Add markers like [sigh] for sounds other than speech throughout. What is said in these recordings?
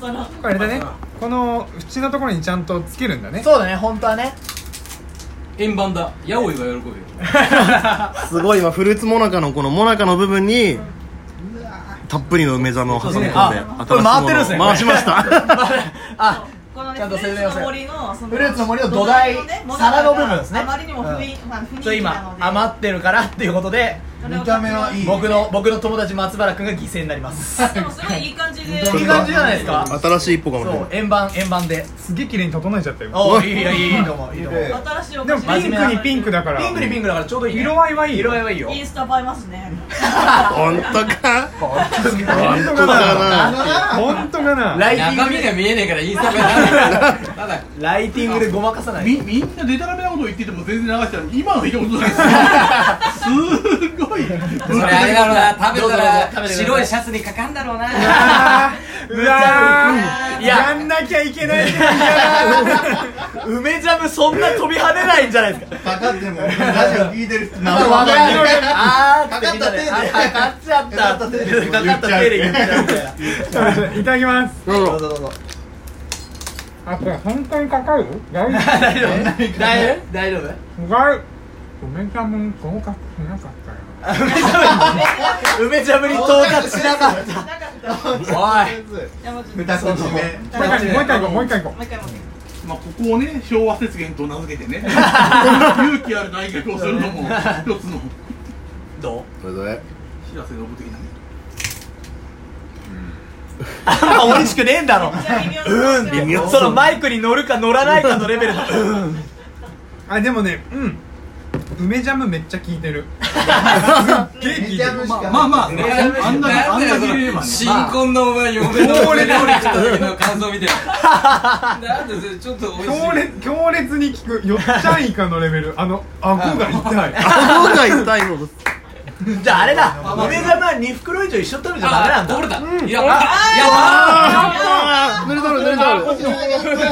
これあれだねこの縁のところにちゃんとつけるんだねそうだね本当はね円盤だヤオイが喜ぶよすごい今フルーツモナカのこのモナカの部分にたっぷりの梅ざまを挟み込んであこれ回っ新しいものをてるんですねこれ回しましたあこのねちゃんと説フル明ーをツせのよ森のそフルーツの森の土台土のね皿の部分ですねあまりにも不意まあ不人ちょ気な今ので余ってるからっていうことでそれを見た目はいい僕の僕の友達松原くんが犠牲になりますでもすごいいい感じでいい感じじゃないですか新しい一歩かもしそれなう円盤円盤ですげえ綺麗に整えちゃったよおいいよいいと思ういいと思うで新しいおで菓も子ピンクにピンクだからピンクにピンクだからちょうどいいね色合いはいい色合いはいいよインスタ映えますねい本当か本当本当かなだな本当かなライティ中ング身でが見えねえからインスタ映えなん [laughs] だよただライティングでごまかさないみみんなでたらめなこと言ってても全然流したら今の一言だけすごいそれあれだろうな食べたどうぞどうらぞ白いシャツにかかんだろうなあーうわーいややんなきゃいけないけど [laughs] 梅ジャムそんな飛び跳ねないんじゃないですかかかってもラジオ聞いてる人あなーわかるるあーってみんなでかかった手であかかっちゃったかかった手でかかった手で言っちゃうみたいなちょいただきますどうぞどうぞあこれ本当にかかる大丈大丈夫大丈夫大丈夫夫か梅ジャムに合格しなかったよ梅ジャムに到達しなかったなかったおい山口二口目もう一回もう一回行こうもう一回行こもう一回もう一回まあここをね昭和節言と名付けてね勇気ある大学をするのも一つのどうこれどれ白瀬信的なねあんま美味しくねえんだろううんそのマイクに乗るか乗らないかのレベルのうんうあでもねうん梅ジャムめっちゃ効いてるジャムしかまあまあねあんだけあんだけ言えばね新婚のお前嫁の俺料理食った時の感想みたいななんでそれちょっと美味しい強烈強烈に効くよっちゃん以下のレベルあの顎 [laughs] が痛い顎が痛いのじゃああれだ梅ジャムは2袋以上一緒に食べちゃダメあなんこれだだいやあやった濡れとる濡れとるち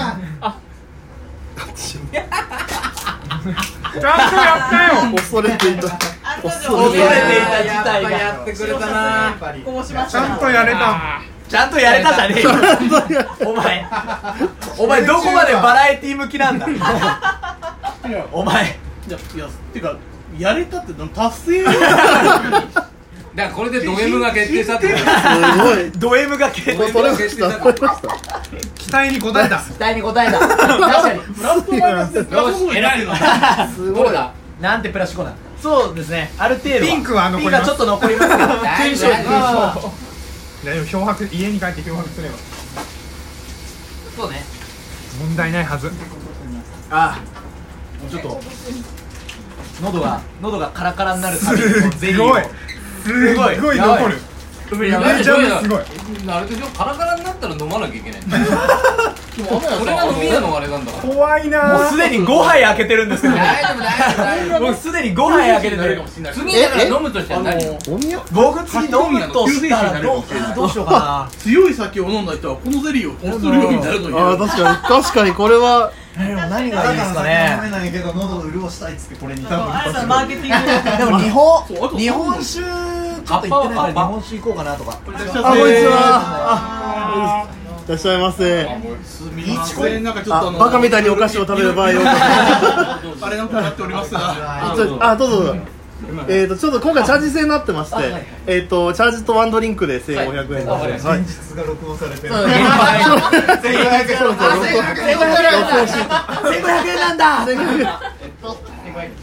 ゃんとやったよ恐れていたあんたで恐れていたや事態がやってくれたなこうしましちたゃんとやれたちゃんとやれたじゃねえよお前お前どこまでバラエティ向きなんだいやお前いやいやてかやれたっての達成 [laughs] をだからこれでド M が決定したってことすごいド M が決恐れました恐れました期待に応え [laughs] た期待に応えた確かにブラストマイナスでよし偉いのすどれだなんてプラスコーナーそうですねある程度ピンクは残りピンクまはすちょっと残りますけど大勲丈夫章勲章大丈夫漂白家に帰って漂白すればそうね問題ないはずああちょっと喉が喉がカラカラになるたびにこうゼリすーをごいすごいごい残る梅ジャム梅ジャムすごいあれでしょカラカラになったら飲まなきゃ [laughs] いけないこれが飲み屋のあれなんだから怖いなもうすでに5杯開けてるんですけど大丈夫大丈夫大丈もうすでに5杯開けてる夫次だから飲むとしたら何をお宮僕次飲むとしたらどうあーどうしようか強い酒を飲んだ人はこのゼリーをこっそり飲みになるというああ確かに確かにこれはなでも何だかがいいでら酒すか飲めねないけど喉を潤したいっつってこれに多分あれさマーケティングでも日本そうあと日本酒ちょっと行ってないから日本酒行こうかなとかあこんにちはあいらっしゃいませすみませんなんかちょっとああのバカみたいにお菓子を食べる場合を [laughs] あれなんかなっておりますがあちょあどうぞどうぞえー、とちょっと今回チャージ制になってまして、えー、とチャージとワンドリンクで1500円はいです、はい現実が録音されてる1500円そうそう1500円なんだ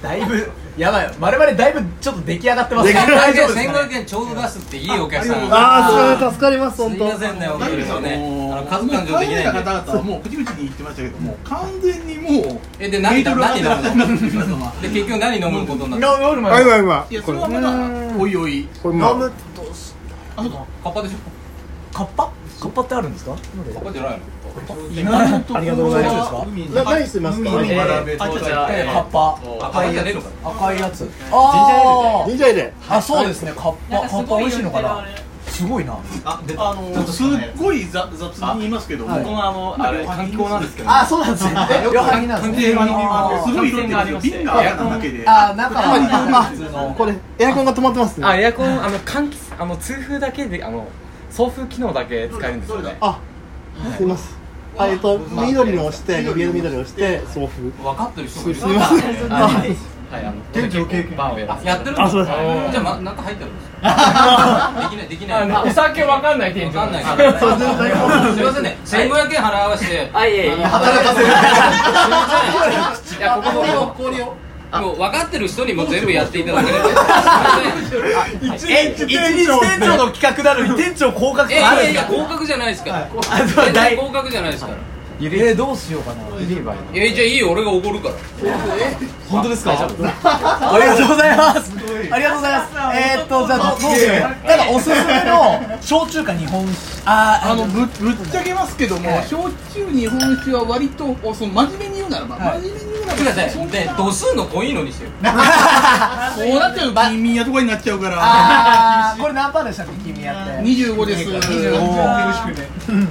だいぶやばい我々だいぶちょっと出来上がってますね大大丈丈夫夫ですか1500ね円ちょうど出すっていいお客さんああそれ助かりますす本い当ませんね、本当にね、あのも数う感情できないんで。方々はもう口々に言ってましたけども完全にもうえ、で、何飲むメイドルアカデミーになってきまのすわで、結局何飲むことになった飲むあ今今いやそこれれはまだおいおいこれまあ飲むあそうかカッパでしょカッパカッパってあるんですかカッパじゃないの今のところありがとうございますな何してますか海えにー並べあ違う違うえーカッパ赤いやつ赤いやつあ忍者入れーあそうですねカッパなんかカすッパご美い味しいのかあなれすごいなあ出あたのすっごい雑雑に言いますけど、はい僕のあのあれ環境なんですけどあそうなんですね両端なんですねすごい色がありまして瓶がエアコンだけであー中は普通のこれエアコンが止まってますねあエアコンあの換気あの通風だけであの送風機能だけ使えるんですよねあすいませんはいえっと緑の押して指の緑を押して送風分かってる人もいるすいませんあはいあの店長経験バーをやらせてやってるんあそうですじゃあま中入ってるんですかできないできないあのお酒わかんない店分長かんないからすいませんね1500円払わしてあいえいえ働かせるいやここももうもう分かってる人にも全部やっていただけれ [laughs] ばえ一日店長の企画なのに店長降格えいとかあやるんいでやすか合格じゃないですからあそう全大然合格じゃないですからえーどうしようかなえじゃあいいよ俺が怒るから本当ですかありがとうございますありがとうございますえーっとじゃあどうどうするただおすすめの焼酎か日本酒あーあのぶぶっちゃけますけども、はい焼酎日本酒は割とおその真面目に言うならば、はい真面目に言うなくださらばそいんなで度数の濃いのにしてよそうなっちゃうと貧民屋とかになっちゃうからあーこれ何パーでしたっけ君やって25です25よろしくね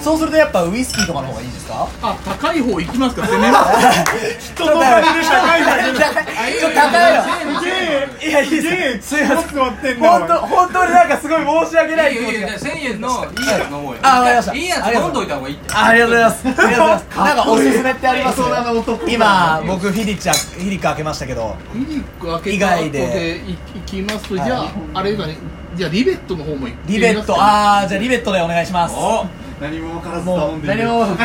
そうするとやっぱウイスキーとかの方がいいですかあ高い方行きますか攻めますか人となれる社会だちょっと高いよいやいいですすいません座ってんなお本い当本当になんかすごい申し訳ないい気や持いちやがいや1000円のいいやつ飲もうよあわかりましたいいやつ飲んどいた方がいいってあありがとうございます。ありがとうございます。なんかおすすめってあります大人の男今僕フィリッチャフィリック開けましたけど。ミリック開けた以外で後でい行きますと、はいじゃああれだねじゃあリベットの方も行ってリみベまッすかト、あー、じゃあリベットでお願いします。お何も分からず頼んでいるも、でも、違うんですよ。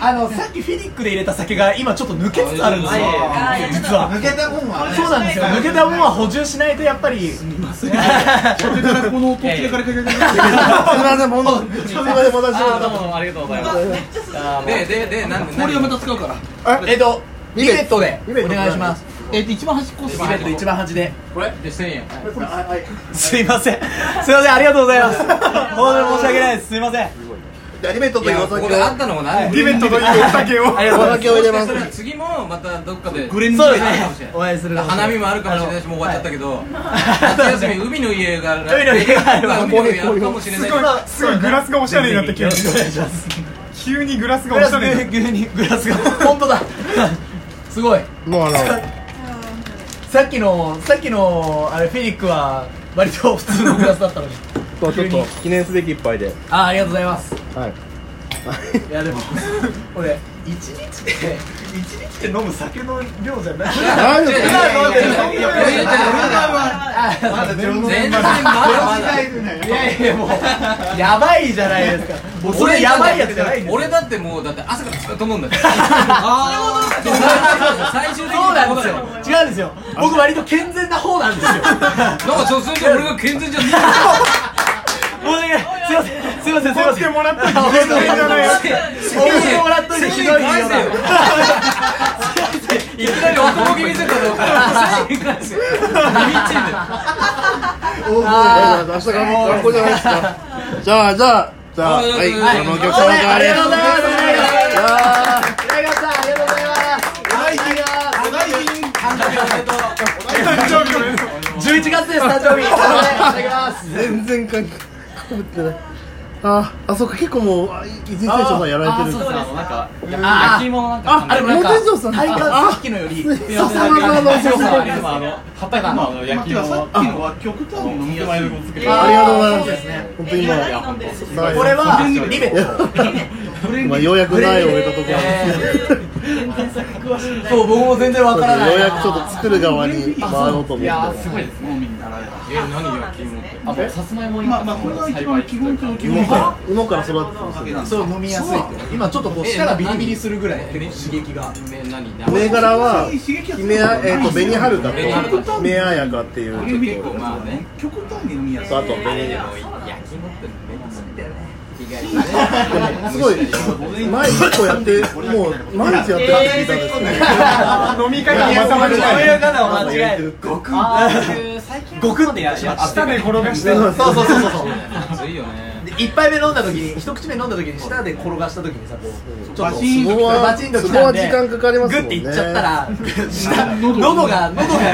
あの、さっきフィリックで入れた酒が今ちょっと抜けつつあるんですよはいはいはい。実は。抜けたもんはねそうなんですよ。抜けたものは補充しないとやっぱり。それからこの途中からかけてすみません、本当に。すみません、私あーどうもは。どうもありがとうございますめっちゃ進んだでででなんでこれはま何た使うからえっと、リベットでリベッおトで願いします。えっと一番端っこっすリねベット一番端で。これで1000円すいません。すいません、ありがとうございます。本当に申し訳ないです。すいません。リベットいといやうおここ酒であっを。たのも何リベットというお酒をありがとうございます。お酒を入れます。次もまたどっかでグレンジそうでですねね。お会いするかもしれない花見もあるかもしれないしもう終わっちゃったけど夏休み海の家が海の家がある海の家やるかもしれないすごいグラスがおしゃれになってきよたろしくお願いします。急にグラスがグおラしスゃれになって牛乳グラスが本当だ。すごい。もう、あの。さっきのさっきのあれフェリックは割と普通のグラスだったのに。ちょっと記念すべき一杯で。あありがとうございます。はい。いやでも俺一日で一日で飲む酒の量じゃない。大丈夫違う違ういやいやい違う違うやあーまだ情報全然ままだまだだ違えるねいやいやもうやばいじゃないですか。もうそれやばいやつじゃないんですよ。俺だってもうだって朝からずっと飲んだからあー最終的にそうなんですなんかよ。違うんですよ。僕割と健全な方なんですよ。そうすると俺が健全じゃねえか申し訳ない。すいません。すいません。すいません。もらったあ本当に [laughs] じゃないよお金もらっといてひどいよ返せよいきなり男気見せたぞ1000円返せよ何言ってんだよ大声で明日からもう学校じゃないですか。じゃあ、じゃあ、じゃあ、はい、この曲紹介ありがとうございます。じゃあ十一月です誕生日。全然関係被ってない。あ、あ、そうか、結構もう、あ一日店長さんやられてる。なんかあ焼き芋のなんかあ、あれ、もう店長さん。体感あさっきのより。さすがの先生。でもあの葉っぱがあの焼き待って芋かさっきのは曲とはもう飲み合いをつけてありがとうございます。本当に今、何飲んでる苗をこれはリベット。まあ、ようやく苗を植えたところなんですけど。そう僕も全然わからない。ようやくちょっと作る側に回ろうと思ってやすごいですねもうみんなあれだえ何焼き芋ってあもうさつまいもにまあまあこれが一番基本中の基本芋芋から育ってます酒なんですそう飲みやすいって。今ちょっとこう舌がビリビリするぐらい結構刺激が。え何銘何柄は姫や、えー、と紅はるかと紅はるか姫あやかっていうちょっまあね極端に飲みやすいとあと紅でも焼き芋ってめっちゃ好きだよね意外とねすごい前結構やってもう毎日やってるって聞いたんですけど飲み会がまたまそうじゃないいう方を間違える。あー最近極でやしま舌で転がしてそうそうそうそうそう。熱いよねで一杯目飲んだ時に一口目飲んだ時に舌で転がした時にさこうちょっとそこバはチンとそきこたはんで時間かかりますグッもんてねいっちゃったら [laughs] 舌喉が喉が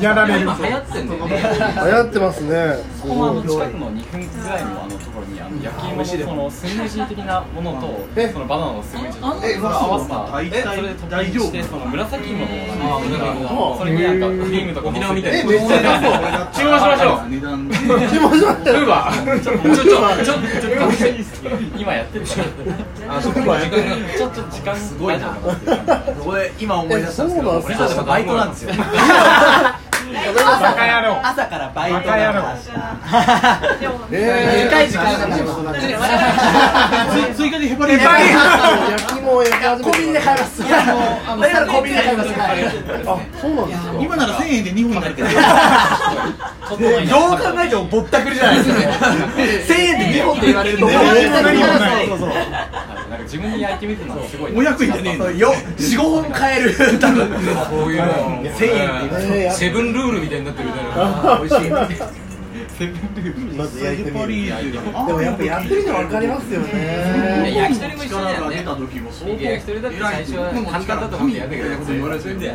やられる今流行ってんだよね流行ってますねすこもあの近くの2分ぐらいのあのところにあの焼き芋のそのスムージー的なものとそのバナナのスムージーのそれを合わせたそれでトッピングしてその紫芋のなんかそれになんかクリームとか沖縄みたいな注文しましょう値段でウーバーちょっとちょっとちょっとちょっと今やってるあ、そこまで。ちょっと時間すごいなそこで今思い出したんですけえどそう俺なん朝バイトなんですよバカ野郎朝からバイトバカ野郎でもえ短い時間がつ追加でヘバリバリー、焼き芋を焼き始めコンビニで買いますだからコンビニで買いますあ、そうなんですか今なら1000円で2本になるけどどう考えてもぼったくりじゃない [laughs] ですか1000円で2本って言われるとね [laughs] ねそうそうなんか自分に焼いてみてるのはすごいお役に立てねえんそだうよ45本買える多 [laughs] 分こういうの。 1000円ってえーやっセブンルールみたいになってる美味しいまず焼いてヘみバるリーででもやっぱやってみてわかりますよね焼き鳥も一緒だ力よが出ね。た時も相当焼き鳥だって最初は簡単だと思ってやるんだけど、そう言われてるんだよ。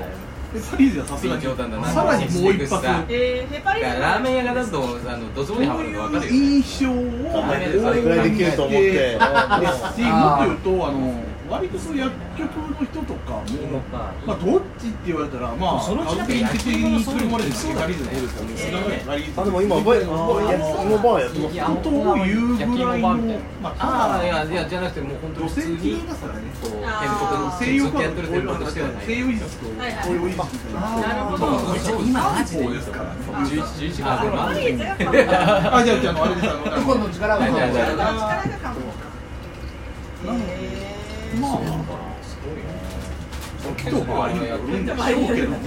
ヘパリーズはさすがに冗談だなさらにもう一発だえーヘパリーからズラーメン屋が出すと、あの、どつぼにハマるの分かるよね。印象をどれくらいできると思ってでもっと言うとあの割とその薬局の人とかも、まあ、どっちって言われたらまあそのうちなんか完璧に来るまでそうヘだパよリねあ、ーズの方ですからね菅原ヘパリーズでも今バイ焼き芋バーやってますやことを言うぐらいの、まああ、いあ、や、いや、じゃなくて、もう本当女に普性通系に。だからね、こう、店あ舗ーと、西洋化やってる店舗としてはない。西洋医術と東洋医術みたいな、なるほど今マジでですからね。十一、十一があるヘパリーズやっぱあ、じゃあ、じゃあ、あれです、あの、今の力がはいはいはい力がかもえーまあ、なんか、とかありよるんでしょうけどね。もう、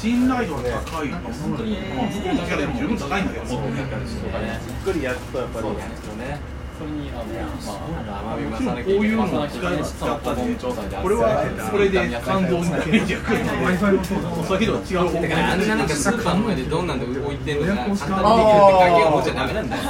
信頼度が高いのは本当に、まあ、向こうの力でも十分高いんだけど、じもっくり焼くとやっぱりそうなんですよね。それにあのまあちろんこういうのも機械を使ったで、これはこれで肝臓にダメージが来る [laughs] ので、それだけでは違う方向だからあんななんかスーパーの上でどんなんで置いてるのか簡単にできるって概念を持っちゃダメなんだよ。